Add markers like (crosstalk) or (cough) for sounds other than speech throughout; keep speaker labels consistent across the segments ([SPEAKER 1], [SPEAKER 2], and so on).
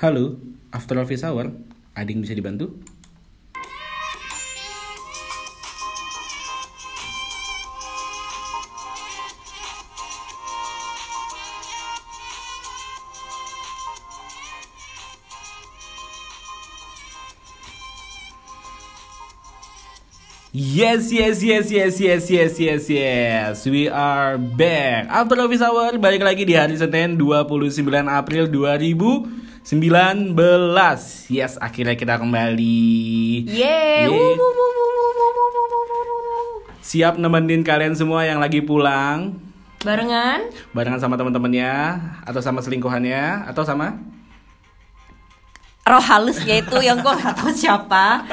[SPEAKER 1] Halo, After Office Hour, ada yang bisa dibantu? Yes, yes, yes, yes, yes, yes, yes, yes. We are back. After Office Hour balik lagi di hari Senin 29 April 2019. Yes, akhirnya kita kembali.
[SPEAKER 2] Yeay.
[SPEAKER 1] Yeay.
[SPEAKER 2] Wuh, wuh, wuh, wuh, wuh, wuh, wuh, wuh, wuh, wuh, wuh.
[SPEAKER 1] Siap nemenin kalian semua yang lagi pulang
[SPEAKER 2] Barengan
[SPEAKER 1] barengan sama teman-temannya atau sama selingkuhannya atau sama
[SPEAKER 2] roh halus yaitu yang gue gak tahu siapa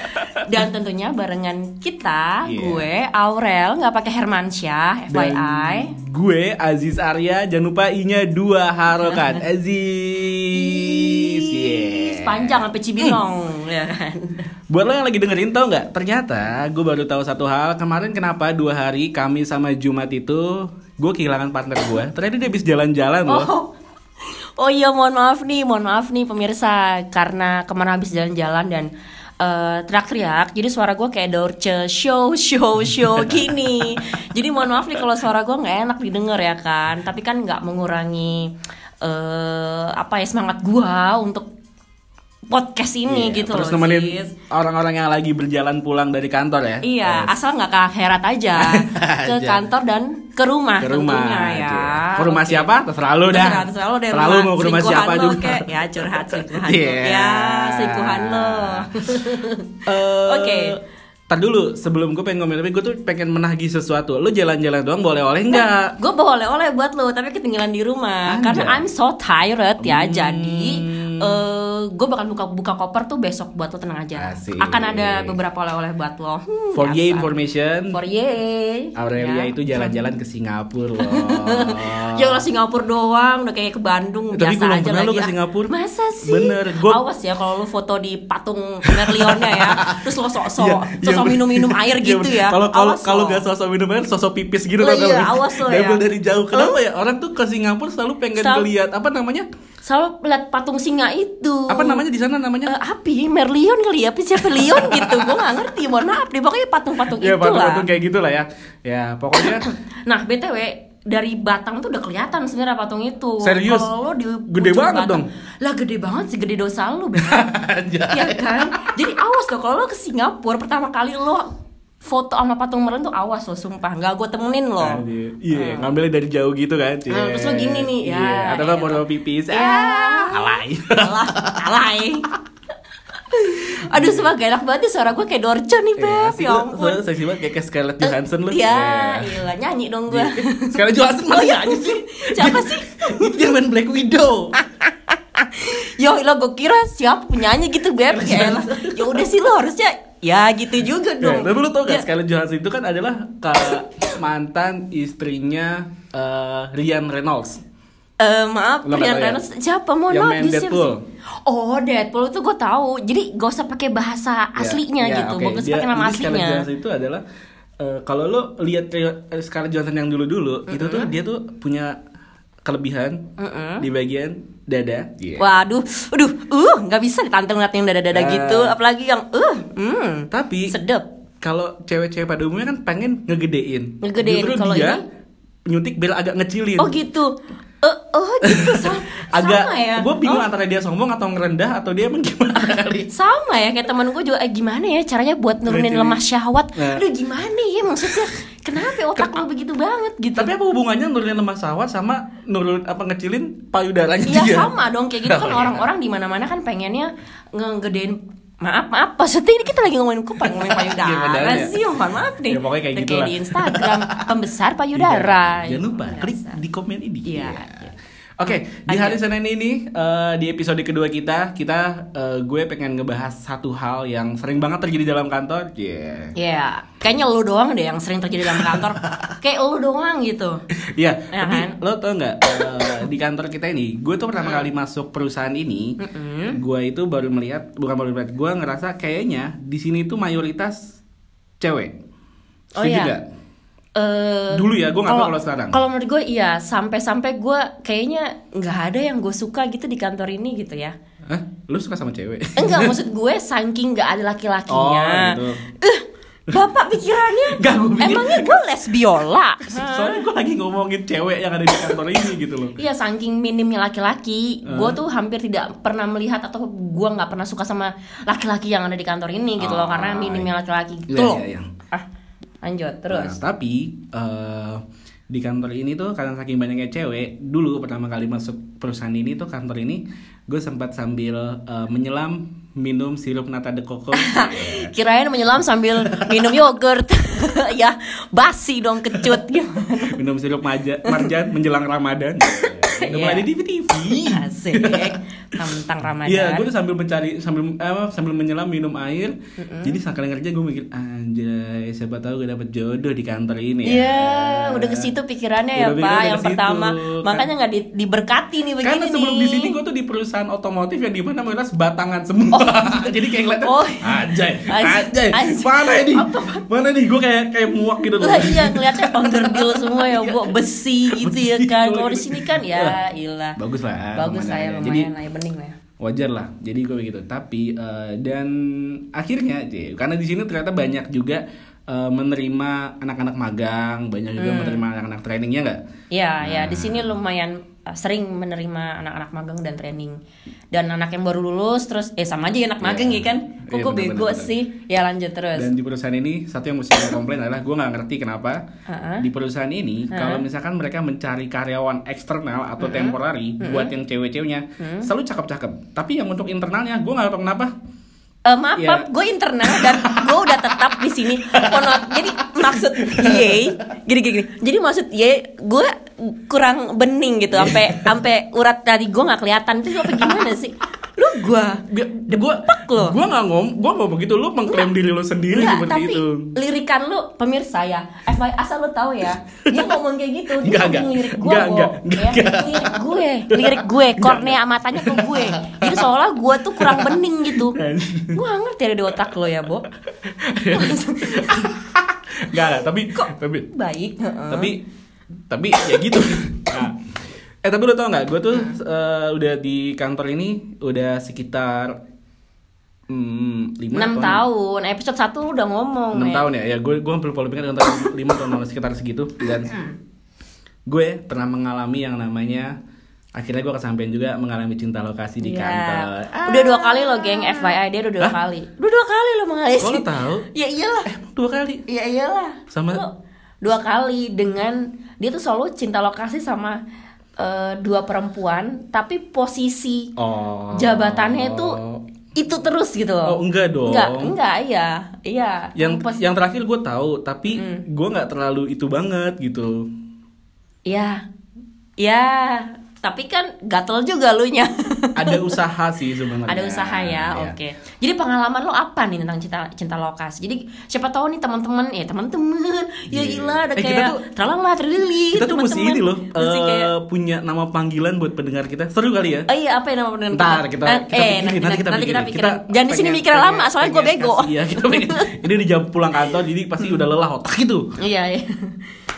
[SPEAKER 2] dan tentunya barengan kita
[SPEAKER 1] Iya.
[SPEAKER 2] gue Aurel nggak pakai Hermansyah
[SPEAKER 1] Dan
[SPEAKER 2] FYI
[SPEAKER 1] gue Aziz Arya jangan lupa i-nya dua
[SPEAKER 2] (laughs)
[SPEAKER 1] harokat Aziz yeah.
[SPEAKER 2] Ih, sepanjang sampai Cibinong ya kan?
[SPEAKER 1] Buat lo yang lagi dengerin tau nggak? Ternyata gue baru tahu satu hal kemarin kenapa dua hari Kamis sama Jumat itu gue kehilangan partner gue. Ternyata dia habis jalan-jalan loh.
[SPEAKER 2] oh oh iya mohon maaf nih mohon maaf nih pemirsa karena kemana habis jalan-jalan dan eh, teriak-teriak jadi suara gue kayak dorce show show
[SPEAKER 1] (laughs)
[SPEAKER 2] show gini jadi mohon maaf nih kalau suara gue nggak enak didengar ya kan tapi kan nggak mengurangi eh apa ya semangat gue untuk podcast ini
[SPEAKER 1] Iya,
[SPEAKER 2] gitu
[SPEAKER 1] Terus
[SPEAKER 2] loh
[SPEAKER 1] nemenin
[SPEAKER 2] sis.
[SPEAKER 1] orang-orang yang lagi berjalan pulang dari kantor ya.
[SPEAKER 2] Iya,
[SPEAKER 1] Yes.
[SPEAKER 2] asal nggak ke akhirat
[SPEAKER 1] (laughs)
[SPEAKER 2] aja, ke
[SPEAKER 1] Aja.
[SPEAKER 2] kantor dan ke rumah,
[SPEAKER 1] ke rumah.
[SPEAKER 2] tentunya ya.
[SPEAKER 1] iya. Ke rumah
[SPEAKER 2] Oke.
[SPEAKER 1] siapa? Terserah lo dah.
[SPEAKER 2] Terserah- terserah lo deh,
[SPEAKER 1] Terserah lo mau ke rumah
[SPEAKER 2] selingkuhan
[SPEAKER 1] siapa
[SPEAKER 2] lo,
[SPEAKER 1] juga.
[SPEAKER 2] kek. Ya curhat selingkuhan lo.
[SPEAKER 1] Iya.
[SPEAKER 2] Ya selingkuhan
[SPEAKER 1] (laughs)
[SPEAKER 2] lo.
[SPEAKER 1] Eh,
[SPEAKER 2] Oke.
[SPEAKER 1] Ntar dulu, sebelum gue pengen ngomong tapi gue tuh pengen menagih sesuatu. Lo jalan-jalan doang boleh-oleh nggak?
[SPEAKER 2] Gue bawa oleh-oleh buat lo tapi ketinggalan di
[SPEAKER 1] Anjay.
[SPEAKER 2] rumah
[SPEAKER 1] Hmm.
[SPEAKER 2] karena I'm so tired ya. Jadi gue bakal buka buka koper tuh besok buat lo tenang aja.
[SPEAKER 1] Asik.
[SPEAKER 2] Akan ada beberapa oleh-oleh buat lo. Hmm,
[SPEAKER 1] For your
[SPEAKER 2] dasar.
[SPEAKER 1] information,
[SPEAKER 2] For ye.
[SPEAKER 1] Aurelia
[SPEAKER 2] Ya.
[SPEAKER 1] itu jalan-jalan ke Singapura loh.
[SPEAKER 2] (laughs) Ya kalau Singapura doang, udah kayak ke
[SPEAKER 1] Eh,
[SPEAKER 2] Bandung
[SPEAKER 1] Tapi
[SPEAKER 2] biasa
[SPEAKER 1] gua belum
[SPEAKER 2] aja
[SPEAKER 1] pernah
[SPEAKER 2] lagi.
[SPEAKER 1] lu ke
[SPEAKER 2] ah.
[SPEAKER 1] Singapura.
[SPEAKER 2] Masa sih?
[SPEAKER 1] Bener, gua-
[SPEAKER 2] Awas ya kalau lu foto di patung Merlionnya
[SPEAKER 1] (laughs)
[SPEAKER 2] ya. Terus lo sok-sok,
[SPEAKER 1] Iya, iya,
[SPEAKER 2] sok-sok
[SPEAKER 1] bener. (laughs)
[SPEAKER 2] minum-minum air
[SPEAKER 1] Iya,
[SPEAKER 2] gitu
[SPEAKER 1] bener.
[SPEAKER 2] ya.
[SPEAKER 1] Kalau kalau
[SPEAKER 2] Awas
[SPEAKER 1] kalau
[SPEAKER 2] lo.
[SPEAKER 1] gak sosok minum air, sosok pipis gitu
[SPEAKER 2] Lah
[SPEAKER 1] tau gak
[SPEAKER 2] iya,
[SPEAKER 1] lu?
[SPEAKER 2] awas lo
[SPEAKER 1] Double
[SPEAKER 2] ya.
[SPEAKER 1] dari jauh. Kenapa ya orang tuh ke Singapura selalu pengen
[SPEAKER 2] Selalu-
[SPEAKER 1] ngeliat apa namanya?
[SPEAKER 2] selalu lihat patung singa itu.
[SPEAKER 1] Apa namanya di sana namanya?
[SPEAKER 2] Eh, api Merlion kali ya, apa siapa Leon gitu. Gua nggak ngerti, mohon maaf deh. Pokoknya patung-patung
[SPEAKER 1] ya
[SPEAKER 2] Eh, itulah.
[SPEAKER 1] patung-patung kayak gitulah ya. Ya, pokoknya
[SPEAKER 2] (laughs) Nah, BTW dari Batang tuh udah kelihatan sebenarnya patung itu.
[SPEAKER 1] Serius?
[SPEAKER 2] Kalau lo di
[SPEAKER 1] Gede
[SPEAKER 2] ujung
[SPEAKER 1] banget dong.
[SPEAKER 2] Lah gede banget sih, gede dosa lu, Bang.
[SPEAKER 1] (laughs)
[SPEAKER 2] Iya kan? Jadi awas loh kalau lo ke Singapura pertama kali lo foto sama patung Merlin tuh awas lo sumpah nggak gue temenin lo.
[SPEAKER 1] Iya, iya, ngambilnya dari jauh gitu kan.
[SPEAKER 2] Nah, Oh. Hmm. terus lo gini nih, ya,
[SPEAKER 1] Iya, Atau nggak
[SPEAKER 2] ya.
[SPEAKER 1] mau pipis.
[SPEAKER 2] Ya.
[SPEAKER 1] Ah, alay.
[SPEAKER 2] Alah, alay. eh. Aduh sumpah gak enak banget nih suara gue kayak Dorce nih Beb, ya ampun.
[SPEAKER 1] Saya Iya Eh, sih banget kayak kayak Scarlett Johansson lu.
[SPEAKER 2] Ya,
[SPEAKER 1] Iya.
[SPEAKER 2] iyalah nyanyi dong gue.
[SPEAKER 1] Scarlett
[SPEAKER 2] (laughs)
[SPEAKER 1] Johansson malah nyanyi sih.
[SPEAKER 2] Siapa sih? Ah,
[SPEAKER 1] Itu yang main Black Widow. Eh,
[SPEAKER 2] Yo, lo gue Ya kira siapa penyanyi gitu Beb, ya elah. Ya udah sih lo harusnya ya gitu juga
[SPEAKER 1] Ya,
[SPEAKER 2] dong.
[SPEAKER 1] tapi lu tau
[SPEAKER 2] Ya,
[SPEAKER 1] gak Scarlett Johansson itu kan adalah ka- mantan istrinya eh, Ryan Reynolds.
[SPEAKER 2] Eh maaf,
[SPEAKER 1] Lo nggak tahu
[SPEAKER 2] Ryan
[SPEAKER 1] ya?
[SPEAKER 2] Reynolds siapa? Mohon
[SPEAKER 1] Yang
[SPEAKER 2] maaf,
[SPEAKER 1] main
[SPEAKER 2] dia siapa
[SPEAKER 1] Deadpool.
[SPEAKER 2] sih? Oh, Deadpool itu gue tahu. Jadi gak usah pakai bahasa aslinya
[SPEAKER 1] Ya,
[SPEAKER 2] gitu,
[SPEAKER 1] oke.
[SPEAKER 2] bagus
[SPEAKER 1] Dia-
[SPEAKER 2] pakai nama
[SPEAKER 1] jadi Scarlett
[SPEAKER 2] aslinya.
[SPEAKER 1] Johansson itu adalah eh, kalau lo lihat Rio- eh, Scarlett Johansson yang dulu-dulu, itu tuh dia tuh punya kelebihan di bagian dada.
[SPEAKER 2] Waduh, aduh, uh, nggak bisa ditantang ngeliat yang dada-dada
[SPEAKER 1] Nah.
[SPEAKER 2] gitu, apalagi yang uh, hmm,
[SPEAKER 1] Tapi
[SPEAKER 2] sedep.
[SPEAKER 1] kalau cewek-cewek pada umumnya kan pengen ngegedein.
[SPEAKER 2] Ngegedein,
[SPEAKER 1] Justru
[SPEAKER 2] kalau
[SPEAKER 1] dia
[SPEAKER 2] ini?
[SPEAKER 1] nyuntik biar agak ngecilin.
[SPEAKER 2] Oh gitu, eh, oh
[SPEAKER 1] (laughs)
[SPEAKER 2] gitu, sama,
[SPEAKER 1] agak
[SPEAKER 2] sama ya.
[SPEAKER 1] gue bingung
[SPEAKER 2] Oh,
[SPEAKER 1] antara dia sombong atau ngerendah atau dia emang (laughs) gimana kali.
[SPEAKER 2] sama ya kayak temen gue juga eh, gimana ya caranya buat nurunin
[SPEAKER 1] Berarti-
[SPEAKER 2] lemas syahwat
[SPEAKER 1] Nah.
[SPEAKER 2] aduh gimana ya maksudnya kenapa otak lo begitu banget gitu
[SPEAKER 1] Tapi apa hubungannya nurunin lemak sawat sama nurun apa ngecilin payudaranya
[SPEAKER 2] Iya
[SPEAKER 1] dia?
[SPEAKER 2] sama dong kayak gitu
[SPEAKER 1] Oh,
[SPEAKER 2] kan
[SPEAKER 1] iya.
[SPEAKER 2] orang-orang di mana-mana kan pengennya ngegedein maaf maaf maksudnya ini kita lagi ngomongin kupang ngomongin payudara
[SPEAKER 1] Gimana ya?
[SPEAKER 2] sih mohon maaf deh
[SPEAKER 1] Ya, pokoknya kayak
[SPEAKER 2] Udah
[SPEAKER 1] gitulah. Iya.
[SPEAKER 2] di
[SPEAKER 1] (laughs)
[SPEAKER 2] Instagram pembesar payudara gitu,
[SPEAKER 1] Jangan lupa klik
[SPEAKER 2] Iya, Biasa.
[SPEAKER 1] di komen ini.
[SPEAKER 2] Iya.
[SPEAKER 1] Iya. Oke, di
[SPEAKER 2] Lanjut.
[SPEAKER 1] hari Senin ini eh, di episode kedua kita, kita eh, gue pengen ngebahas satu hal yang sering banget terjadi dalam kantor. Iya.
[SPEAKER 2] Iya, kayaknya lu doang deh yang sering terjadi dalam
[SPEAKER 1] (laughs)
[SPEAKER 2] kantor Kayak lu doang gitu
[SPEAKER 1] Iya,
[SPEAKER 2] Ya
[SPEAKER 1] tapi
[SPEAKER 2] kan?
[SPEAKER 1] lo tau nggak eh, di kantor kita ini, gue tuh pertama kali masuk perusahaan ini, gue itu baru melihat, bukan baru melihat, gue ngerasa kayaknya di sini tuh mayoritas cewek.
[SPEAKER 2] Oh,
[SPEAKER 1] Setuju
[SPEAKER 2] iya.
[SPEAKER 1] nggak?
[SPEAKER 2] Eh,
[SPEAKER 1] Dulu ya, gua nggak tahu kalau sekarang.
[SPEAKER 2] Kalau menurut gue iya, sampai-sampai gue kayaknya nggak ada yang gue suka gitu di kantor ini gitu ya.
[SPEAKER 1] Hah? Lu suka sama cewek?
[SPEAKER 2] Enggak, maksud gue saking nggak ada laki-lakinya.
[SPEAKER 1] Oh, gitu.
[SPEAKER 2] Eh, Bapak pikirannya
[SPEAKER 1] (laughs) Nggak, gue pikir-
[SPEAKER 2] Emangnya
[SPEAKER 1] (laughs)
[SPEAKER 2] gue lesbiola?
[SPEAKER 1] (laughs) Soalnya gue lagi ngomongin cewek yang ada di kantor ini gitu loh.
[SPEAKER 2] Iya saking minimnya laki-laki, gue
[SPEAKER 1] Eh.
[SPEAKER 2] tuh hampir tidak pernah melihat atau gue nggak pernah suka sama laki-laki yang ada di kantor ini gitu loh
[SPEAKER 1] Ah,
[SPEAKER 2] karena minimnya
[SPEAKER 1] iya.
[SPEAKER 2] laki-laki
[SPEAKER 1] Iya,
[SPEAKER 2] gitu. loh.
[SPEAKER 1] iya, iya.
[SPEAKER 2] Ah, lanjut terus.
[SPEAKER 1] Nah, tapi eh, di kantor ini tuh karena saking banyaknya cewek, dulu pertama kali masuk perusahaan ini tuh kantor ini gue sempat sambil eh, menyelam minum sirup nata de
[SPEAKER 2] (laughs)
[SPEAKER 1] coco. Iya.
[SPEAKER 2] Kirain menyelam sambil minum yogurt, (laughs) ya basi dong
[SPEAKER 1] (laughs)
[SPEAKER 2] kecut gimana?
[SPEAKER 1] minum sirup maja, marjan menjelang Ramadan. Udah mulai
[SPEAKER 2] Iya.
[SPEAKER 1] di TV.
[SPEAKER 2] Asik, tentang Ramadan.
[SPEAKER 1] Iya, gue tuh sambil mencari sambil eh, sambil menyelam minum air. Jadi sekali kerja gue mikir anjay, siapa tahu gue dapet jodoh di kantor ini. ya."
[SPEAKER 2] Iya, udah ke situ pikirannya ya
[SPEAKER 1] Udah
[SPEAKER 2] Pak.
[SPEAKER 1] pikirannya
[SPEAKER 2] Yang
[SPEAKER 1] ke situ.
[SPEAKER 2] pertama,
[SPEAKER 1] Kan-
[SPEAKER 2] makanya nggak di- diberkati nih begini
[SPEAKER 1] Karena sebelum
[SPEAKER 2] nih.
[SPEAKER 1] di sini gue tuh di perusahaan otomotif yang di mana mayoritas batangan semua. (laughs) Jadi kayak ngeliatnya,
[SPEAKER 2] Oh.
[SPEAKER 1] anjay, anjay,
[SPEAKER 2] Anjay, anjay.
[SPEAKER 1] mana ini? Mana nih? Gue kayak kayak muak gitu loh.
[SPEAKER 2] lah iya kelihatnya powder deal semua ya bu besi gitu
[SPEAKER 1] Iya.
[SPEAKER 2] ya
[SPEAKER 1] Besi,
[SPEAKER 2] kan
[SPEAKER 1] kalau
[SPEAKER 2] kalau di
[SPEAKER 1] gitu.
[SPEAKER 2] sini kan ya ilah
[SPEAKER 1] Bagus lah.
[SPEAKER 2] bagus lah ya
[SPEAKER 1] pemandangannya.
[SPEAKER 2] lumayan
[SPEAKER 1] Jadi
[SPEAKER 2] lah ya bening lah ya
[SPEAKER 1] wajar lah. Jadi gue begitu. Tapi eh, dan akhirnya, J, karena di sini ternyata banyak juga eh, menerima anak-anak magang, banyak juga
[SPEAKER 2] Hmm.
[SPEAKER 1] menerima anak-anak trainingnya nggak?
[SPEAKER 2] ya ya
[SPEAKER 1] Nah.
[SPEAKER 2] di sini lumayan uh, sering menerima anak-anak magang dan training dan anak yang baru lulus terus eh sama aja ya anak magang ya kan kok
[SPEAKER 1] Iya,
[SPEAKER 2] gue
[SPEAKER 1] benar,
[SPEAKER 2] bego
[SPEAKER 1] benar, benar.
[SPEAKER 2] sih ya lanjut terus
[SPEAKER 1] Dan di perusahaan ini satu yang mesti gue komplain adalah gue nggak ngerti kenapa
[SPEAKER 2] Heeh.
[SPEAKER 1] di perusahaan ini kalau misalkan mereka mencari karyawan eksternal atau temporary buat yang cewek-ceweknya selalu cakep-cakep. Tapi yang untuk internalnya gue nggak tahu kenapa.
[SPEAKER 2] Eh, maaf,
[SPEAKER 1] Iya.
[SPEAKER 2] maaf, gue internal dan gue udah tetap di sini. Kono- Jadi maksud ye, gini gini. gini. Jadi maksud ye, gue kurang bening gitu, sampai sampai urat tadi gue nggak kelihatan. Itu apa gimana sih? Lu gue
[SPEAKER 1] Gue gue
[SPEAKER 2] loh.
[SPEAKER 1] gue nggak ngom gue mau begitu lu mengklaim diri lu sendiri
[SPEAKER 2] Enggak,
[SPEAKER 1] seperti
[SPEAKER 2] tapi (laughs)
[SPEAKER 1] itu.
[SPEAKER 2] lirikan lu pemirsa ya. FYI asal lu tahu ya. Dia ngomong kayak gitu, dia
[SPEAKER 1] Enggak,
[SPEAKER 2] saking
[SPEAKER 1] enggak.
[SPEAKER 2] lirik gue,
[SPEAKER 1] Enggak,
[SPEAKER 2] Bo.
[SPEAKER 1] enggak, enggak,
[SPEAKER 2] Ya,
[SPEAKER 1] enggak.
[SPEAKER 2] lirik gue, lirik gue, kornea matanya ke gue. Jadi seolah gue tuh kurang bening
[SPEAKER 1] (laughs)
[SPEAKER 2] gitu.
[SPEAKER 1] Kan.
[SPEAKER 2] Gue nggak ngerti ada di otak lo ya, Bo.
[SPEAKER 1] (laughs) Nggak lah, tapi tapi
[SPEAKER 2] Baik, heeh.
[SPEAKER 1] tapi tapi ya gitu. Nah, Eh tapi lu tau nggak? Gue tuh eh, udah di kantor ini udah sekitar hmm, lima atau
[SPEAKER 2] enam
[SPEAKER 1] enam-
[SPEAKER 2] tahun episode 1 lu udah ngomong
[SPEAKER 1] 6
[SPEAKER 2] ya.
[SPEAKER 1] tahun ya, ya gue gue hampir pola pikir antara 5 tahun lalu sekitar segitu dan
[SPEAKER 2] Hmm.
[SPEAKER 1] gue pernah mengalami yang namanya akhirnya gue kesampaian juga mengalami cinta lokasi di
[SPEAKER 2] Iya.
[SPEAKER 1] kantor. Ah.
[SPEAKER 2] udah dua kali lo geng FYI dia udah dua
[SPEAKER 1] Hah?
[SPEAKER 2] kali udah dua kali lo mengalami
[SPEAKER 1] Kok lo tahu?
[SPEAKER 2] ya iyalah
[SPEAKER 1] Dua kali.
[SPEAKER 2] ya iyalah
[SPEAKER 1] Sama-
[SPEAKER 2] Lo dua kali dengan dia tuh selalu cinta lokasi sama eh, dua perempuan tapi posisi
[SPEAKER 1] Oh.
[SPEAKER 2] jabatannya itu itu terus gitu
[SPEAKER 1] Oh,
[SPEAKER 2] loh
[SPEAKER 1] enggak dong.
[SPEAKER 2] enggak enggak iya iya
[SPEAKER 1] Yang
[SPEAKER 2] Pos-
[SPEAKER 1] yang terakhir gue tahu, tapi
[SPEAKER 2] Hmm.
[SPEAKER 1] gue nggak terlalu itu banget gitu.
[SPEAKER 2] ya ya tapi kan gatel juga lu nya (laughs)
[SPEAKER 1] Ada usaha sih sebenarnya.
[SPEAKER 2] Ada usaha ya,
[SPEAKER 1] Iya.
[SPEAKER 2] oke. Jadi pengalaman lo apa nih tentang cinta cinta lokasi? Jadi siapa tahu nih teman-teman, ya teman-teman, ya
[SPEAKER 1] Iya.
[SPEAKER 2] ilah ada
[SPEAKER 1] Eh, kita
[SPEAKER 2] kayak
[SPEAKER 1] tuh-
[SPEAKER 2] tralala terlili.
[SPEAKER 1] Kita tuh mesti
[SPEAKER 2] teman-teman.
[SPEAKER 1] ini loh,
[SPEAKER 2] Mesti
[SPEAKER 1] eh,
[SPEAKER 2] kayak
[SPEAKER 1] punya nama panggilan buat pendengar kita. Seru kali ya?
[SPEAKER 2] Oh iya apa yang nama pendengar
[SPEAKER 1] Ntar kita, kita
[SPEAKER 2] Nah, eh,
[SPEAKER 1] pikirin,
[SPEAKER 2] nanti, nanti, nanti kita
[SPEAKER 1] pikirin.
[SPEAKER 2] pikirin. Jangan di sini
[SPEAKER 1] pengen-
[SPEAKER 2] mikir lama,
[SPEAKER 1] pengen-
[SPEAKER 2] soalnya gue
[SPEAKER 1] pengen
[SPEAKER 2] bego.
[SPEAKER 1] kasih- Iya, kita pengen. (laughs) Ini di jam pulang kantor jadi pasti udah lelah otak itu.
[SPEAKER 2] Iya, iya.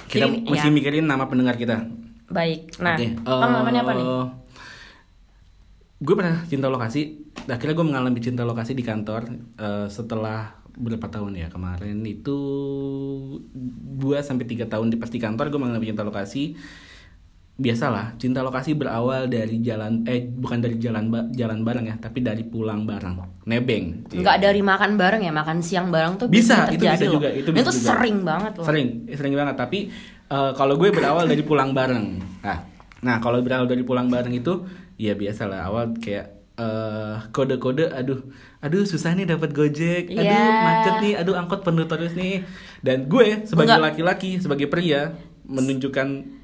[SPEAKER 1] Kita
[SPEAKER 2] Jadi,
[SPEAKER 1] mesti
[SPEAKER 2] ya,
[SPEAKER 1] mikirin nama pendengar kita.
[SPEAKER 2] baik. Nah,
[SPEAKER 1] Oke,
[SPEAKER 2] pengalamannya apa nih?
[SPEAKER 1] eh, Gue pernah cinta lokasi. Akhirnya gue mengalami cinta lokasi di kantor eh, setelah berapa tahun ya kemarin itu 2 sampai tiga tahun di pasti kantor gue mengalami cinta lokasi biasalah cinta lokasi berawal dari jalan eh bukan dari jalan ba- jalan bareng ya tapi dari pulang bareng nebeng
[SPEAKER 2] Enggak dari makan bareng ya, makan siang bareng tuh
[SPEAKER 1] bisa itu bisa
[SPEAKER 2] biasanya terjadi loh.
[SPEAKER 1] juga itu bisa juga.
[SPEAKER 2] sering banget loh.
[SPEAKER 1] sering sering banget tapi eh, kalau gue berawal dari pulang bareng nah nah kalau berawal dari pulang bareng itu ya biasalah awal kayak eh, kode-kode aduh aduh susah nih dapat gojek aduh
[SPEAKER 2] Iya.
[SPEAKER 1] macet nih aduh angkot penuh terus nih dan gue sebagai
[SPEAKER 2] Enggak.
[SPEAKER 1] laki-laki sebagai pria menunjukkan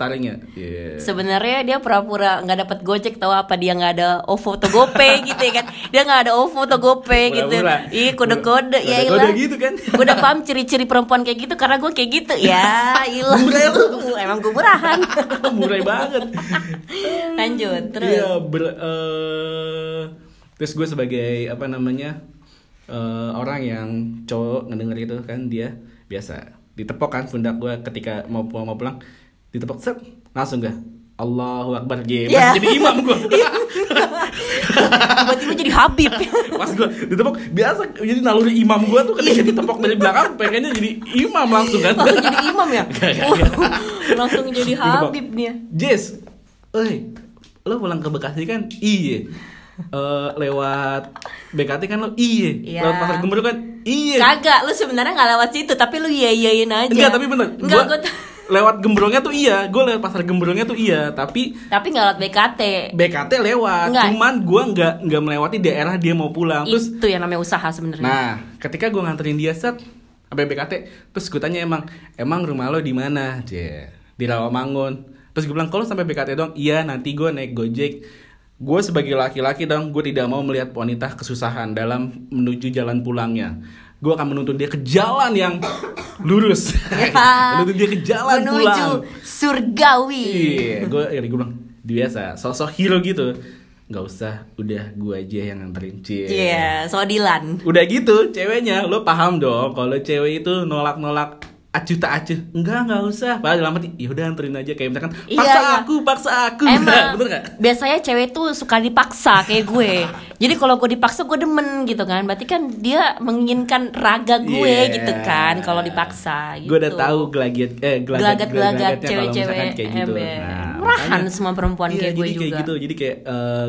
[SPEAKER 1] taringnya Iya.
[SPEAKER 2] Sebenarnya dia pura-pura nggak dapat Gojek tahu apa dia nggak ada OVO atau GoPay (laughs) gitu ya kan. Dia nggak ada OVO atau GoPay gitu.
[SPEAKER 1] Pura-pura.
[SPEAKER 2] Ih, kode-kode ya
[SPEAKER 1] Kode-kode
[SPEAKER 2] ilah.
[SPEAKER 1] gitu kan.
[SPEAKER 2] Gue (laughs) udah paham ciri-ciri perempuan kayak gitu karena gue kayak gitu. Ya, ilah. (laughs) Emang gue
[SPEAKER 1] (laughs)
[SPEAKER 2] murahan.
[SPEAKER 1] murai banget
[SPEAKER 2] (laughs) Lanjut terus. (laughs)
[SPEAKER 1] Iya, ber- eh, terus gue sebagai apa namanya eh, orang yang cowok ngedenger itu kan dia biasa ditepok kan pundak gue ketika mau pulang mau pulang ditepok set langsung gak Allahu Akbar J.
[SPEAKER 2] Ya.
[SPEAKER 1] Jadi imam gue. (laughs)
[SPEAKER 2] tiba-tiba jadi Habib (laughs)
[SPEAKER 1] Pas gue ditepok biasa jadi naluri imam gue tuh kan jadi tepok dari belakang pengennya jadi imam langsung kan.
[SPEAKER 2] langsung jadi imam
[SPEAKER 1] (laughs)
[SPEAKER 2] ya
[SPEAKER 1] Gak, gak,
[SPEAKER 2] langsung jadi Habib dia
[SPEAKER 1] Jess, eh, lo pulang ke Bekasi kan? Iya. Eh, lewat BKT kan lo? Iya.
[SPEAKER 2] Iya.
[SPEAKER 1] Lewat Pasar Gembrung kan? Iya.
[SPEAKER 2] kagak lu sebenarnya nggak lewat situ tapi lu iya iyain aja
[SPEAKER 1] Enggak, tapi bener.
[SPEAKER 2] enggak
[SPEAKER 1] Gua
[SPEAKER 2] gua t- (laughs)
[SPEAKER 1] lewat Gembrongnya tuh iya, gue lewat Pasar Gembrongnya tuh iya, tapi
[SPEAKER 2] tapi nggak lewat BKT
[SPEAKER 1] BKT lewat.
[SPEAKER 2] Enggak.
[SPEAKER 1] Cuman gue nggak nggak melewati daerah dia mau pulang. Terus
[SPEAKER 2] itu yang namanya usaha sebenarnya
[SPEAKER 1] Nah, ketika gue nganterin dia set sampai BKT, terus gue tanya emang, emang rumah lo di mana? Cie, di Rawamangun. Terus gue bilang, kalau sampai BKT dong, iya nanti gue naik gojek. Gue sebagai laki-laki dong, gue tidak mau melihat wanita kesusahan dalam menuju jalan pulangnya. Gue akan menuntun dia ke jalan yang (coughs) lurus. (laughs) menuntun dia ke jalan
[SPEAKER 2] Iya. menuju
[SPEAKER 1] pulang.
[SPEAKER 2] surgawi
[SPEAKER 1] Iya, gue ya, gue bilang biasa, sosok hero gitu. Gak usah, udah gue aja yang nganterin. Cie.
[SPEAKER 2] Iya, sodilan.
[SPEAKER 1] Udah gitu, ceweknya lo paham dong kalau cewek itu nolak-nolak acuh tak acuh. Enggak, enggak usah. Padahal dalam hati, ya udah anterin aja kayak misalkan
[SPEAKER 2] Iya,
[SPEAKER 1] paksa
[SPEAKER 2] iya.
[SPEAKER 1] aku, paksa aku.
[SPEAKER 2] Emang
[SPEAKER 1] bener enggak?
[SPEAKER 2] biasanya cewek tuh suka dipaksa kayak gue. Jadi kalau gue dipaksa gue demen gitu kan. Berarti kan dia menginginkan raga gue gitu kan kalau dipaksa gitu.
[SPEAKER 1] Gue Iya. udah tahu gelagat eh gelagat
[SPEAKER 2] gelagat-gelagat
[SPEAKER 1] gelagatnya kalau
[SPEAKER 2] cewek-cewek
[SPEAKER 1] misalkan kayak gitu.
[SPEAKER 2] ember.
[SPEAKER 1] Nah,
[SPEAKER 2] Murahan
[SPEAKER 1] makanya-
[SPEAKER 2] semua perempuan
[SPEAKER 1] Iya,
[SPEAKER 2] kayak gue
[SPEAKER 1] jadi
[SPEAKER 2] juga.
[SPEAKER 1] kayak gitu jadi kayak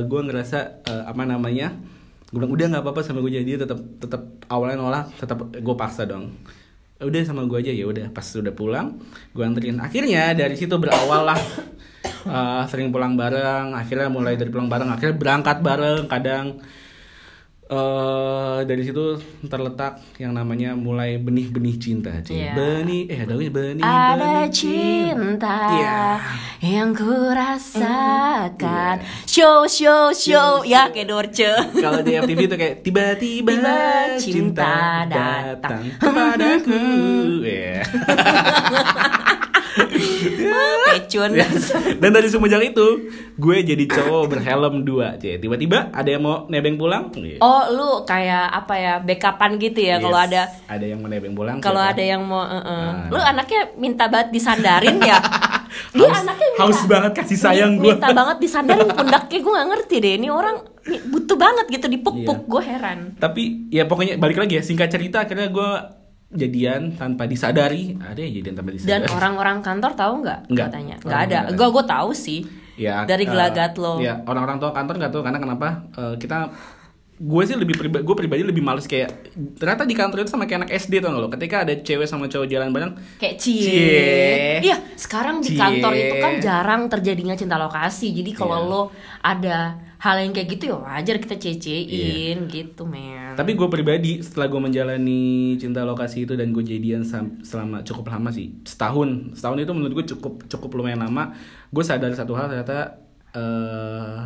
[SPEAKER 1] gue ngerasa eh, apa namanya gue bilang udah nggak apa-apa sama gue jadi tetap tetap awalnya nolak tetap gue paksa dong udah sama gue aja ya udah pas udah pulang gue anterin akhirnya dari situ berawal lah eh, sering pulang bareng akhirnya mulai dari pulang bareng akhirnya berangkat bareng kadang eh dari situ terletak yang namanya mulai benih-benih cinta Ci.
[SPEAKER 2] Iya.
[SPEAKER 1] benih eh ada lagunya, benih
[SPEAKER 2] Ada
[SPEAKER 1] benih
[SPEAKER 2] cinta
[SPEAKER 1] Iya.
[SPEAKER 2] yang ku
[SPEAKER 1] Iya.
[SPEAKER 2] rasakan. Show show show ya kayak
[SPEAKER 1] (laughs)
[SPEAKER 2] Dorce.
[SPEAKER 1] Kalau di FTV itu kayak tiba-tiba
[SPEAKER 2] Tiba
[SPEAKER 1] cinta
[SPEAKER 2] cinta
[SPEAKER 1] datang
[SPEAKER 2] datang (laughs)
[SPEAKER 1] kepadaku. Iya.
[SPEAKER 2] Pecun.
[SPEAKER 1] Dan dari semenjak itu, gue jadi cowok berhelm dua. Cie. Tiba-tiba ada yang mau nebeng pulang. Iya.
[SPEAKER 2] Oh, lu kayak apa ya? Backupan gitu ya kalau
[SPEAKER 1] Yes.
[SPEAKER 2] ada
[SPEAKER 1] ada yang mau nebeng pulang.
[SPEAKER 2] kalau
[SPEAKER 1] siapa?
[SPEAKER 2] ada yang mau eh, eh.
[SPEAKER 1] Nah.
[SPEAKER 2] Lu anaknya minta banget disandarin
[SPEAKER 1] (laughs)
[SPEAKER 2] ya? Lu
[SPEAKER 1] Haus-
[SPEAKER 2] anaknya minta
[SPEAKER 1] haus banget kasih sayang
[SPEAKER 2] mi-
[SPEAKER 1] gue.
[SPEAKER 2] Minta banget disandarin pundaknya gue gak ngerti deh. Ini orang mi- butuh banget gitu dipuk-puk.
[SPEAKER 1] Iya.
[SPEAKER 2] Gue heran.
[SPEAKER 1] Tapi ya pokoknya balik lagi ya singkat cerita akhirnya gue jadian tanpa disadari. Ada yang jadian tanpa
[SPEAKER 2] Dan
[SPEAKER 1] disadari.
[SPEAKER 2] orang-orang kantor tahu nggak?
[SPEAKER 1] Nggak.
[SPEAKER 2] Katanya
[SPEAKER 1] Orang
[SPEAKER 2] nggak ada.
[SPEAKER 1] nggak ada.
[SPEAKER 2] Gue gue tahu sih.
[SPEAKER 1] (laughs) ya
[SPEAKER 2] dari
[SPEAKER 1] eh,
[SPEAKER 2] gelagat lo.
[SPEAKER 1] ya orang-orang tua kantor nggak tahu karena kenapa eh, kita gue sih lebih pribadi gue pribadi lebih males kayak ternyata di kantor itu sama kayak anak SD tuh lo ketika ada cewek sama cowok jalan bareng
[SPEAKER 2] Kayak
[SPEAKER 1] Cie.
[SPEAKER 2] cie. Iya, sekarang di
[SPEAKER 1] Cie.
[SPEAKER 2] kantor itu kan jarang terjadinya cinta lokasi. Jadi kalau
[SPEAKER 1] Iya.
[SPEAKER 2] lo ada hal yang kayak gitu ya wajar kita
[SPEAKER 1] Iya.
[SPEAKER 2] cecein gitu, men.
[SPEAKER 1] tapi gue pribadi setelah gue menjalani cinta lokasi itu dan gue jadian sam- selama cukup lama sih setahun setahun itu menurut gue cukup cukup lumayan lama gue sadar satu hal ternyata eh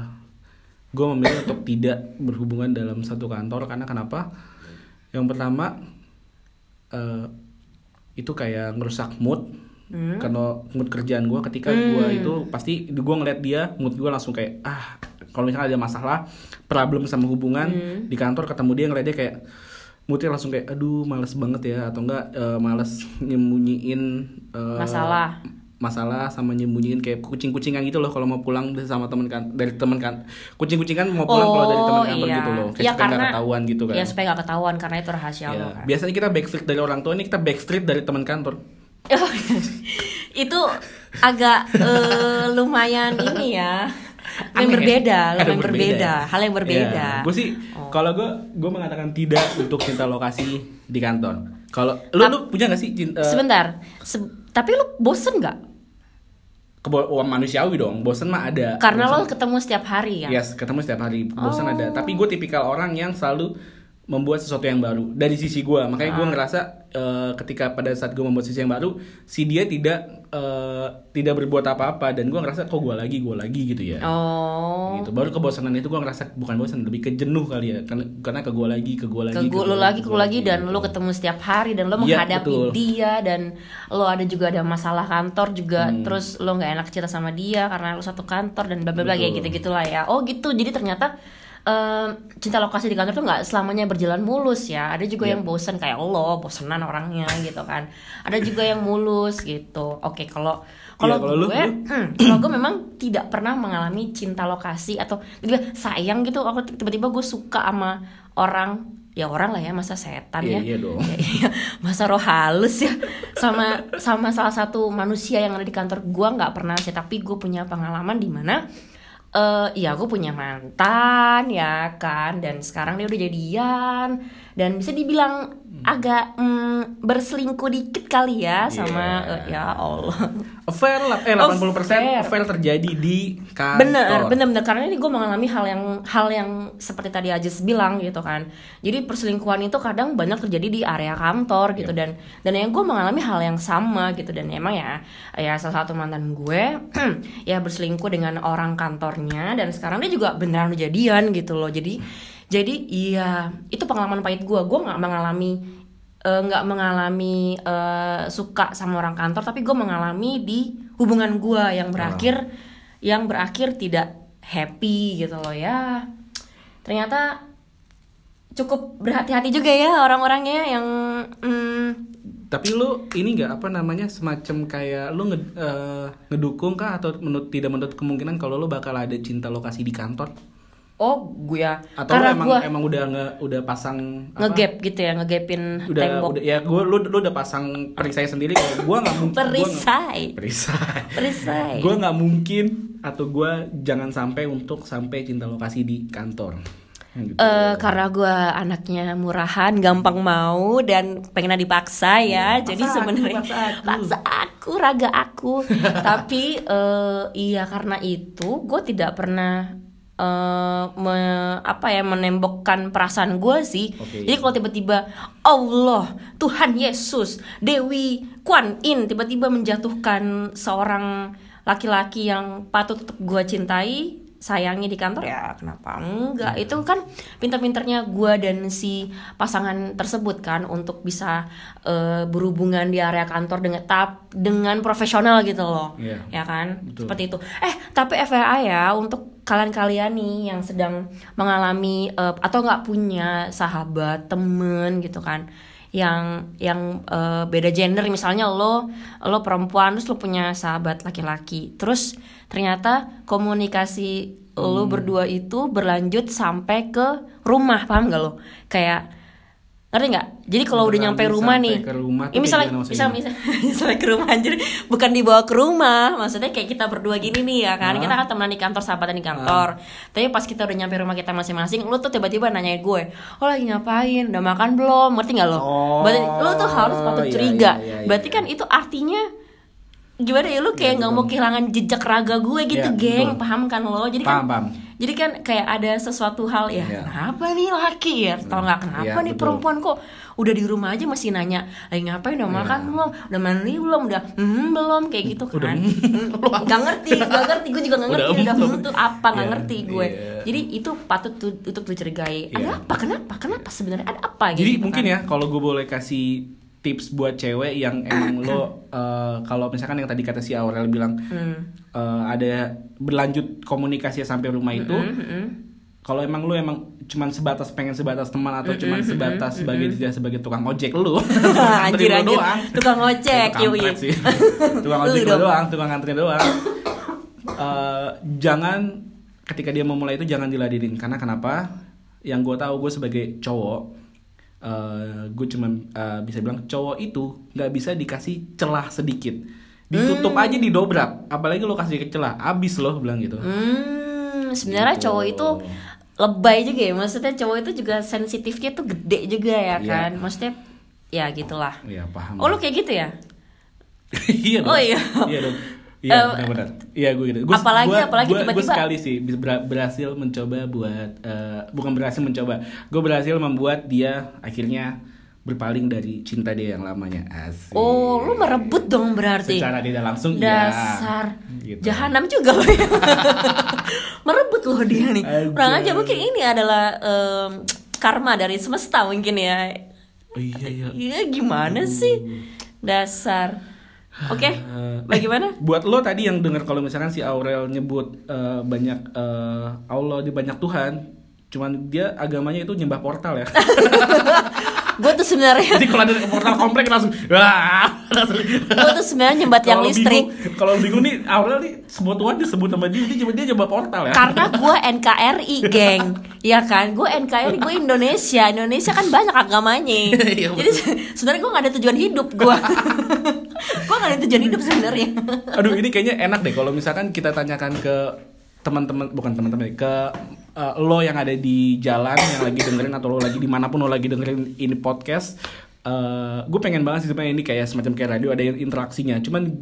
[SPEAKER 1] gue memilih untuk tidak berhubungan dalam satu kantor karena kenapa yang pertama eh itu kayak ngerusak mood
[SPEAKER 2] Hmm.
[SPEAKER 1] karena mood kerjaan gue ketika gue itu pasti gue ngeliat dia mood gue langsung kayak ah kalau misalnya ada masalah problem sama hubungan
[SPEAKER 2] Hmm.
[SPEAKER 1] di kantor ketemu dia ngeliat dia kayak moodnya langsung kayak aduh males banget ya atau enggak eh, males nyembunyiin eh,
[SPEAKER 2] Masalah.
[SPEAKER 1] masalah sama nyembunyiin kayak kucing-kucingan gitu loh kalau mau pulang sama teman kan dari teman kan kucing-kucingan mau pulang kalau dari teman kantor gitu loh kayak
[SPEAKER 2] Iya,
[SPEAKER 1] supaya nggak ketahuan gitu kan
[SPEAKER 2] Iya, supaya nggak ketahuan karena itu rahasia
[SPEAKER 1] Ya,
[SPEAKER 2] lo kan. (laughs)
[SPEAKER 1] biasanya kita backstreet dari orang tua ini kita backstreet dari teman kantor
[SPEAKER 2] itu agak eh, lumayan ini ya.
[SPEAKER 1] Aneh
[SPEAKER 2] Hal yang
[SPEAKER 1] ya?
[SPEAKER 2] berbeda, hal
[SPEAKER 1] Ada
[SPEAKER 2] yang berbeda,
[SPEAKER 1] ya?
[SPEAKER 2] hal yang berbeda. Oh.
[SPEAKER 1] Ya, gue sih kalau gue gue mengatakan tidak untuk cinta lokasi di kantor. Kalau lu lu punya gak sih eh, cinta
[SPEAKER 2] Sebentar. Se- tapi lu bosen nggak?
[SPEAKER 1] kebo- wah, manusiawi dong? Bosen mah ada.
[SPEAKER 2] Karena
[SPEAKER 1] Bosen- Iya.
[SPEAKER 2] lo ketemu setiap hari ya. Oh.
[SPEAKER 1] Yes, ketemu setiap hari. Bosan ada. Tapi gue tipikal orang yang selalu membuat sesuatu yang baru dari sisi gue. Makanya
[SPEAKER 2] Ah.
[SPEAKER 1] gue ngerasa eh, ketika pada saat gue membuat sesuatu yang baru, si dia tidak eh, tidak berbuat apa-apa dan gue ngerasa kok gue lagi gue lagi gitu ya.
[SPEAKER 2] Oh.
[SPEAKER 1] gitu baru kebosanan itu gue ngerasa bukan bosan lebih ke jenuh kali ya karena, karena ke gue lagi ke gue lagi
[SPEAKER 2] ke gua,
[SPEAKER 1] gua
[SPEAKER 2] lu lagi ke
[SPEAKER 1] ke
[SPEAKER 2] lu
[SPEAKER 1] gua gitu.
[SPEAKER 2] lagi dan lu ketemu setiap hari dan lu
[SPEAKER 1] Iya,
[SPEAKER 2] menghadapi
[SPEAKER 1] betul.
[SPEAKER 2] dia dan lo ada juga ada masalah kantor juga
[SPEAKER 1] Hmm.
[SPEAKER 2] terus lo nggak enak cerita sama dia karena lu satu kantor dan bla bla bla kayak
[SPEAKER 1] Betul.
[SPEAKER 2] gitu gitulah ya oh gitu jadi ternyata em, cinta lokasi di kantor tuh nggak selamanya berjalan mulus ya ada juga
[SPEAKER 1] Iya.
[SPEAKER 2] yang bosen kayak lo bosenan orangnya gitu kan ada juga yang mulus gitu oke kalau Kalau
[SPEAKER 1] Iya, kalau lu,
[SPEAKER 2] gue, hmm, (clears throat) kalau gue memang tidak pernah mengalami cinta lokasi atau tiba-tiba sayang gitu. Aku tiba-tiba gue suka sama orang ya orang lah ya masa setan
[SPEAKER 1] Iya,
[SPEAKER 2] ya
[SPEAKER 1] iya dong.
[SPEAKER 2] Ya, iya. (laughs) masa roh halus ya sama sama salah satu manusia yang ada di kantor gue nggak pernah sih tapi gue punya pengalaman di mana eh ya gue punya mantan ya kan dan sekarang dia udah jadian dan bisa dibilang
[SPEAKER 1] Hmm.
[SPEAKER 2] agak mm, berselingkuh dikit kali ya sama
[SPEAKER 1] Yeah.
[SPEAKER 2] eh, ya Allah
[SPEAKER 1] Affair lah, eh
[SPEAKER 2] Oh,
[SPEAKER 1] 80%
[SPEAKER 2] fair.
[SPEAKER 1] affair terjadi di kantor.
[SPEAKER 2] bener bener bener karena ini gue mengalami hal yang hal yang seperti tadi Ajis bilang gitu kan jadi perselingkuhan itu kadang banyak terjadi di area kantor gitu dan dan yang gue mengalami hal yang sama gitu dan emang ya ya salah satu mantan gue (clears throat) ya berselingkuh dengan orang kantornya dan sekarang dia juga beneran udah jadian gitu loh jadi jadi iya itu pengalaman pahit gue gue nggak mengalami eh, nggak mengalami eh, suka sama orang kantor tapi gue mengalami di hubungan gue yang berakhir yang berakhir tidak happy gitu loh ya ternyata cukup berhati-hati juga ya orang-orangnya yang mm,
[SPEAKER 1] Tapi lu ini nggak apa namanya semacam kayak lu nge- eh, ngedukung kah atau menurut tidak menurut kemungkinan kalau lu bakal ada cinta lokasi di kantor?
[SPEAKER 2] oh gue ya
[SPEAKER 1] Atau lu
[SPEAKER 2] karena
[SPEAKER 1] emang
[SPEAKER 2] gue
[SPEAKER 1] emang udah nge, udah pasang apa?
[SPEAKER 2] ngegap gitu ya ngegapin
[SPEAKER 1] Udah,
[SPEAKER 2] tembok
[SPEAKER 1] udah ya gua lu, lu udah pasang perisai sendiri kalau gua nggak mungkin gua nggak-
[SPEAKER 2] perisai
[SPEAKER 1] perisai.
[SPEAKER 2] perisai
[SPEAKER 1] Gua nggak mungkin atau gua jangan sampai untuk sampai cinta lokasi di kantor. Gitu.
[SPEAKER 2] Eh, karena gue anaknya murahan, gampang mau dan pengen dipaksa ya.
[SPEAKER 1] Iya, Paksa
[SPEAKER 2] Jadi
[SPEAKER 1] aku,
[SPEAKER 2] sebenarnya
[SPEAKER 1] paksa aku.
[SPEAKER 2] paksa aku, raga
[SPEAKER 1] (laughs)
[SPEAKER 2] aku. Tapi eh, iya karena itu gue tidak pernah eh, me- apa ya menembokkan perasaan gue sih.
[SPEAKER 1] Oke.
[SPEAKER 2] Jadi kalau tiba-tiba Allah, Tuhan Yesus, Dewi Kuan Yin tiba-tiba menjatuhkan seorang laki-laki yang patut tetap gue cintai sayangnya di kantor ya kenapa enggak itu kan pinter-pinternya gue dan si pasangan tersebut kan untuk bisa eh, berhubungan di area kantor dengan tap dengan profesional gitu loh
[SPEAKER 1] Iya.
[SPEAKER 2] ya kan
[SPEAKER 1] Betul.
[SPEAKER 2] seperti itu eh tapi FYI ya untuk kalian-kalian nih yang sedang mengalami eh, atau nggak punya sahabat temen gitu kan yang yang eh, beda gender misalnya lo lo perempuan terus lo punya sahabat laki-laki terus ternyata komunikasi lo berdua itu berlanjut sampai ke rumah paham gak lo kayak ngerti nggak jadi kalau udah
[SPEAKER 1] Berlanjut
[SPEAKER 2] nyampe rumah
[SPEAKER 1] sampai
[SPEAKER 2] nih
[SPEAKER 1] ke rumah tuh
[SPEAKER 2] ya, misalnya
[SPEAKER 1] kayak gimana
[SPEAKER 2] misal-
[SPEAKER 1] maksudnya?
[SPEAKER 2] misalnya (laughs) ke rumah anjir bukan dibawa ke rumah maksudnya kayak kita berdua gini nih ya kan
[SPEAKER 1] Hah?
[SPEAKER 2] kita kan temenan di kantor sahabatan di kantor tapi pas kita udah nyampe rumah kita masing-masing lu tuh tiba-tiba nanyain gue oh lagi ngapain udah makan belum ngerti nggak lo
[SPEAKER 1] Oh,
[SPEAKER 2] berarti lu tuh harus patut
[SPEAKER 1] iya,
[SPEAKER 2] curiga
[SPEAKER 1] iya, iya,
[SPEAKER 2] berarti
[SPEAKER 1] iya.
[SPEAKER 2] kan itu artinya gimana ya lu kayak nggak mau kehilangan jejak raga gue gitu
[SPEAKER 1] Iya,
[SPEAKER 2] geng
[SPEAKER 1] betul.
[SPEAKER 2] paham kan lo jadi
[SPEAKER 1] Paham,
[SPEAKER 2] kan
[SPEAKER 1] paham.
[SPEAKER 2] jadi kan kayak ada sesuatu hal ya
[SPEAKER 1] Iya.
[SPEAKER 2] kenapa nih laki ya kalau nggak kenapa
[SPEAKER 1] Iya, betul.
[SPEAKER 2] nih perempuan kok udah di rumah aja masih nanya lagi ngapain udah makan belum udah mandi belum udah hmm belum kayak gitu
[SPEAKER 1] Iya. Udah, (laughs)
[SPEAKER 2] kan
[SPEAKER 1] hmm, belum.
[SPEAKER 2] nggak ngerti nggak ngerti gue juga nggak
[SPEAKER 1] Udah,
[SPEAKER 2] ngerti udah,
[SPEAKER 1] hmm,
[SPEAKER 2] hmm tuh apa nggak
[SPEAKER 1] Iya,
[SPEAKER 2] ngerti gue
[SPEAKER 1] iya.
[SPEAKER 2] jadi itu patut tu- untuk
[SPEAKER 1] Iya.
[SPEAKER 2] dicurigai ada apa kenapa kenapa sebenarnya ada apa
[SPEAKER 1] Jadi
[SPEAKER 2] gitu
[SPEAKER 1] mungkin
[SPEAKER 2] kan.
[SPEAKER 1] ya kalau gue boleh kasih tips buat cewek yang emang
[SPEAKER 2] (clears throat)
[SPEAKER 1] lo eh, kalau misalkan yang tadi kata si Aurel bilang
[SPEAKER 2] hmm.
[SPEAKER 1] eh, ada berlanjut komunikasi sampai rumah itu. (laughs)
[SPEAKER 2] Hmm, hmm.
[SPEAKER 1] Kalau emang lu emang cuman sebatas pengen sebatas teman atau cuman sebatas sebagai dia sebagai tukang ojek
[SPEAKER 2] (laughs)
[SPEAKER 1] (laughs) lu.
[SPEAKER 2] anjir
[SPEAKER 1] Anterin lu
[SPEAKER 2] anjir
[SPEAKER 1] doang.
[SPEAKER 2] tukang ojek
[SPEAKER 1] Itu kampret
[SPEAKER 2] yoi
[SPEAKER 1] sih. (laughs) tukang ojek
[SPEAKER 2] Lu
[SPEAKER 1] lu
[SPEAKER 2] dong.
[SPEAKER 1] doang, tukang antri doang. Eh, jangan ketika dia memulai itu jangan diladenin karena kenapa? Yang gue tahu gue sebagai cowok, gue cuman eh, bisa bilang cowok itu nggak bisa dikasih celah sedikit, ditutup aja didobrak, apalagi lo kasih ke celah, abis loh bilang gitu.
[SPEAKER 2] Hmm, sebenarnya
[SPEAKER 1] Gitu.
[SPEAKER 2] cowok itu lebay juga ya. Maksudnya cowok itu juga sensitifnya tuh gede juga
[SPEAKER 1] Iya.
[SPEAKER 2] ya kan. Maksudnya ya gitulah.
[SPEAKER 1] Iya paham.
[SPEAKER 2] Oh lu kayak gitu ya?
[SPEAKER 1] (laughs) iya dong.
[SPEAKER 2] Oh, iya.
[SPEAKER 1] Iya dong. Iya
[SPEAKER 2] Eh,
[SPEAKER 1] benar-benar. Iya gue gitu. Gua-
[SPEAKER 2] apalagi-
[SPEAKER 1] gua-
[SPEAKER 2] apalagi
[SPEAKER 1] gua- Gue
[SPEAKER 2] tiba-tiba.
[SPEAKER 1] sekali sih ber- berhasil mencoba buat eh, bukan berhasil mencoba. Gue berhasil membuat dia akhirnya berpaling dari cinta dia yang lamanya. Asik.
[SPEAKER 2] Oh, lu merebut dong berarti.
[SPEAKER 1] Secara tidak langsung iya.
[SPEAKER 2] Dasar
[SPEAKER 1] Gitu.
[SPEAKER 2] jahanam juga lo ya. (laughs) merebut loh dia nih. Kurang
[SPEAKER 1] Aduh.
[SPEAKER 2] aja mungkin ini adalah em, karma dari semesta mungkin ya.
[SPEAKER 1] Oh, iya iya.
[SPEAKER 2] Iya gimana sih? Dasar. Oke.
[SPEAKER 1] (laughs) Eh,
[SPEAKER 2] Bagaimana?
[SPEAKER 1] buat lo tadi yang dengar kalau misalkan si Aurel nyebut eh, banyak eh, (laughs) Allah di banyak Tuhan, cuman dia agamanya itu nyembah portal ya.
[SPEAKER 2] gue tuh
[SPEAKER 1] (laughs)
[SPEAKER 2] sebenarnya
[SPEAKER 1] Jadi kalau ada portal komplek langsung wah.
[SPEAKER 2] gue tuh sebenarnya nyembat Oh, yang
[SPEAKER 1] Kalau
[SPEAKER 2] listrik
[SPEAKER 1] bingung- Kalau bingung nih Aurel nih semua tuan disebut sama dia dia coba dia coba portal ya.
[SPEAKER 2] karena gue NKRI geng ya kan gue NKRI gue Indonesia Indonesia kan banyak agamanya
[SPEAKER 1] (laughs) Iya,
[SPEAKER 2] jadi se- sebenarnya gue gak ada tujuan hidup (laughs) gue gue gak ada tujuan hidup sebenarnya
[SPEAKER 1] Aduh ini kayaknya enak deh kalau misalkan kita tanyakan ke teman-teman bukan teman-teman ke eh, lo yang ada di jalan yang lagi dengerin atau lo lagi dimanapun lo lagi dengerin ini podcast eh gue pengen banget sih sebenarnya ini kayak semacam kayak radio ada yang interaksinya cuman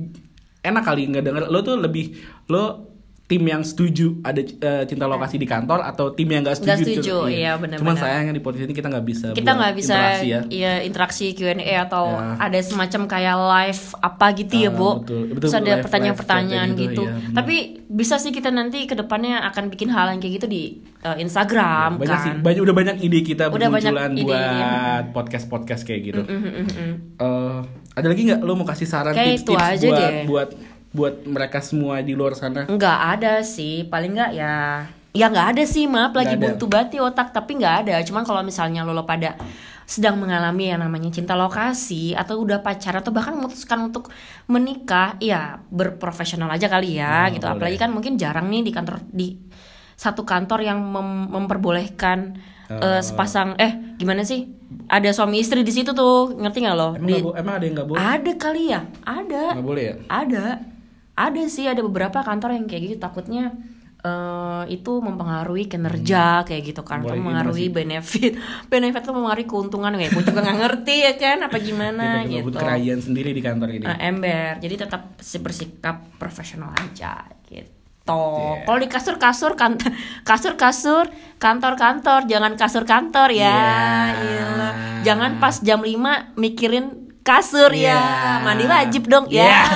[SPEAKER 1] enak kali nggak denger lo tuh lebih lo tim yang setuju ada eh, cinta lokasi di kantor atau tim yang nggak setuju
[SPEAKER 2] Nggak setuju,
[SPEAKER 1] Cuma-
[SPEAKER 2] iya, benar-benar.
[SPEAKER 1] cuman sayangnya di podcast ini kita nggak bisa
[SPEAKER 2] kita
[SPEAKER 1] buat
[SPEAKER 2] nggak bisa
[SPEAKER 1] interaksi
[SPEAKER 2] ya.
[SPEAKER 1] ya
[SPEAKER 2] interaksi Q&A atau
[SPEAKER 1] Ya.
[SPEAKER 2] ada semacam kayak live apa gitu ya
[SPEAKER 1] Ah,
[SPEAKER 2] bu
[SPEAKER 1] betul. Betul,
[SPEAKER 2] terus ada
[SPEAKER 1] live-
[SPEAKER 2] pertanyaan-pertanyaan
[SPEAKER 1] live kayak
[SPEAKER 2] gitu,
[SPEAKER 1] gitu, iya, benar.
[SPEAKER 2] tapi bisa sih kita nanti kedepannya akan bikin hal yang kayak gitu di eh, Instagram
[SPEAKER 1] Iya, banyak
[SPEAKER 2] kan
[SPEAKER 1] sih banyak udah banyak ide kita
[SPEAKER 2] Udah banyak
[SPEAKER 1] bermunculan
[SPEAKER 2] ide,
[SPEAKER 1] buat
[SPEAKER 2] iya.
[SPEAKER 1] podcast podcast kayak gitu
[SPEAKER 2] Mm, mm, mm, mm.
[SPEAKER 1] Eh, ada lagi nggak lo mau kasih saran
[SPEAKER 2] Kayak itu
[SPEAKER 1] tips-tips
[SPEAKER 2] aja
[SPEAKER 1] buat
[SPEAKER 2] deh.
[SPEAKER 1] buat buat mereka semua di luar sana
[SPEAKER 2] nggak ada sih paling nggak ya ya nggak ada sih maaf
[SPEAKER 1] Nggak
[SPEAKER 2] lagi
[SPEAKER 1] ada.
[SPEAKER 2] buntu banget nih otak tapi nggak ada cuman kalau misalnya lo, lo pada sedang mengalami yang namanya cinta lokasi atau udah pacaran atau bahkan memutuskan untuk menikah ya berprofesional aja kali ya
[SPEAKER 1] Hmm,
[SPEAKER 2] gitu
[SPEAKER 1] boleh.
[SPEAKER 2] apalagi kan mungkin jarang nih di kantor di satu kantor yang mem- memperbolehkan
[SPEAKER 1] Oh.
[SPEAKER 2] eh, sepasang eh gimana sih ada suami istri di situ tuh ngerti nggak lo
[SPEAKER 1] emang,
[SPEAKER 2] Oh, di,
[SPEAKER 1] nggak bo- emang ada yang nggak boleh
[SPEAKER 2] ada kali ya ada
[SPEAKER 1] nggak boleh ya
[SPEAKER 2] ada ada sih ada beberapa kantor yang kayak gitu takutnya eh, itu mempengaruhi kinerja kayak gitu kan
[SPEAKER 1] Boleh
[SPEAKER 2] mempengaruhi
[SPEAKER 1] ini
[SPEAKER 2] benefit (laughs) benefit tuh mempengaruhi keuntungan kayak gue juga nggak ngerti ya kan apa
[SPEAKER 1] kita
[SPEAKER 2] gimana
[SPEAKER 1] ngebut
[SPEAKER 2] gitu
[SPEAKER 1] kerajaan sendiri di kantor ini
[SPEAKER 2] Eh, ember jadi tetap se- bersikap profesional aja gitu
[SPEAKER 1] Yeah.
[SPEAKER 2] kalau di kasur kasur (laughs) kantor kasur kasur kantor kantor jangan kasur kantor ya
[SPEAKER 1] Yeah.
[SPEAKER 2] iyalah. jangan pas jam 5 mikirin kasur
[SPEAKER 1] Yeah.
[SPEAKER 2] ya mandi wajib dong ya
[SPEAKER 1] Yeah.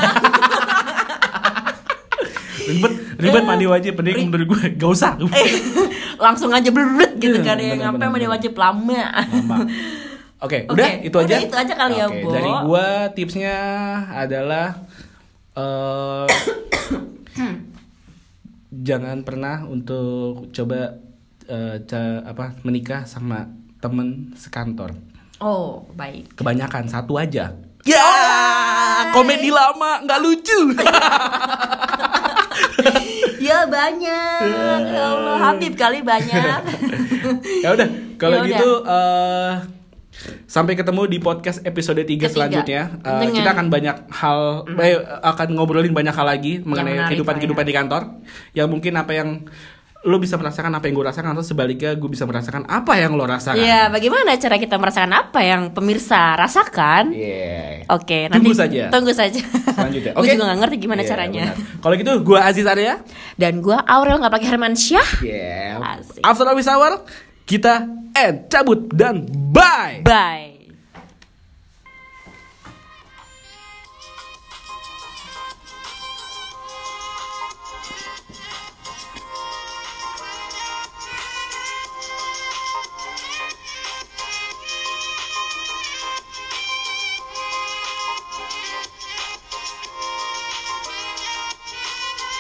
[SPEAKER 1] ribet ribet mandi wajib
[SPEAKER 2] Eh, Ri- Eh.
[SPEAKER 1] mending menurut gue gak usah
[SPEAKER 2] (laughs) langsung aja blebet gitu
[SPEAKER 1] Iya,
[SPEAKER 2] kan
[SPEAKER 1] benar,
[SPEAKER 2] ya ngapain
[SPEAKER 1] benar,
[SPEAKER 2] mandi
[SPEAKER 1] benar.
[SPEAKER 2] wajib lama
[SPEAKER 1] Lama. Oke,
[SPEAKER 2] Oke,
[SPEAKER 1] udah itu
[SPEAKER 2] udah
[SPEAKER 1] aja.
[SPEAKER 2] itu aja kali ya,
[SPEAKER 1] Oke,
[SPEAKER 2] Bo.
[SPEAKER 1] Dari gua tipsnya adalah
[SPEAKER 2] (coughs)
[SPEAKER 1] eh jangan pernah untuk coba eh, ca- apa menikah sama temen sekantor.
[SPEAKER 2] (laughs) oh baik (laughs)
[SPEAKER 1] Kebanyakan satu aja. Ya, komedi lama nggak (laughs) lucu.
[SPEAKER 2] ya banyak ya Allah Habib kali
[SPEAKER 1] (laughs)
[SPEAKER 2] banyak
[SPEAKER 1] ya udah, kalau
[SPEAKER 2] Ya udah.
[SPEAKER 1] gitu eh sampai ketemu di podcast episode 3
[SPEAKER 2] Ketiga.
[SPEAKER 1] selanjutnya. Eh,
[SPEAKER 2] Dengan-
[SPEAKER 1] kita akan banyak hal eh, akan ngobrolin banyak hal lagi mengenai
[SPEAKER 2] menarik
[SPEAKER 1] kehidupan-kehidupan
[SPEAKER 2] lah ya.
[SPEAKER 1] di kantor. Yang mungkin apa yang lo bisa merasakan apa yang gue rasakan atau sebaliknya gue bisa merasakan apa yang lo rasakan.
[SPEAKER 2] ya bagaimana cara kita merasakan apa yang pemirsa rasakan
[SPEAKER 1] Yeah.
[SPEAKER 2] Oke,
[SPEAKER 1] Iya. Tunggu
[SPEAKER 2] nanti
[SPEAKER 1] saja.
[SPEAKER 2] Tunggu saja. (laughs)
[SPEAKER 1] Selanjutnya.
[SPEAKER 2] Gue
[SPEAKER 1] Oke.
[SPEAKER 2] Oh. juga gak ngerti gimana
[SPEAKER 1] Yeah,
[SPEAKER 2] caranya.
[SPEAKER 1] benar. Kalau gitu gue Aziz Arya.
[SPEAKER 2] Dan gua Aurel nggak pakai Hermansyah.
[SPEAKER 1] Yeah.
[SPEAKER 2] Asik.
[SPEAKER 1] After Office Hour kita end cabut dan bye.
[SPEAKER 2] Bye.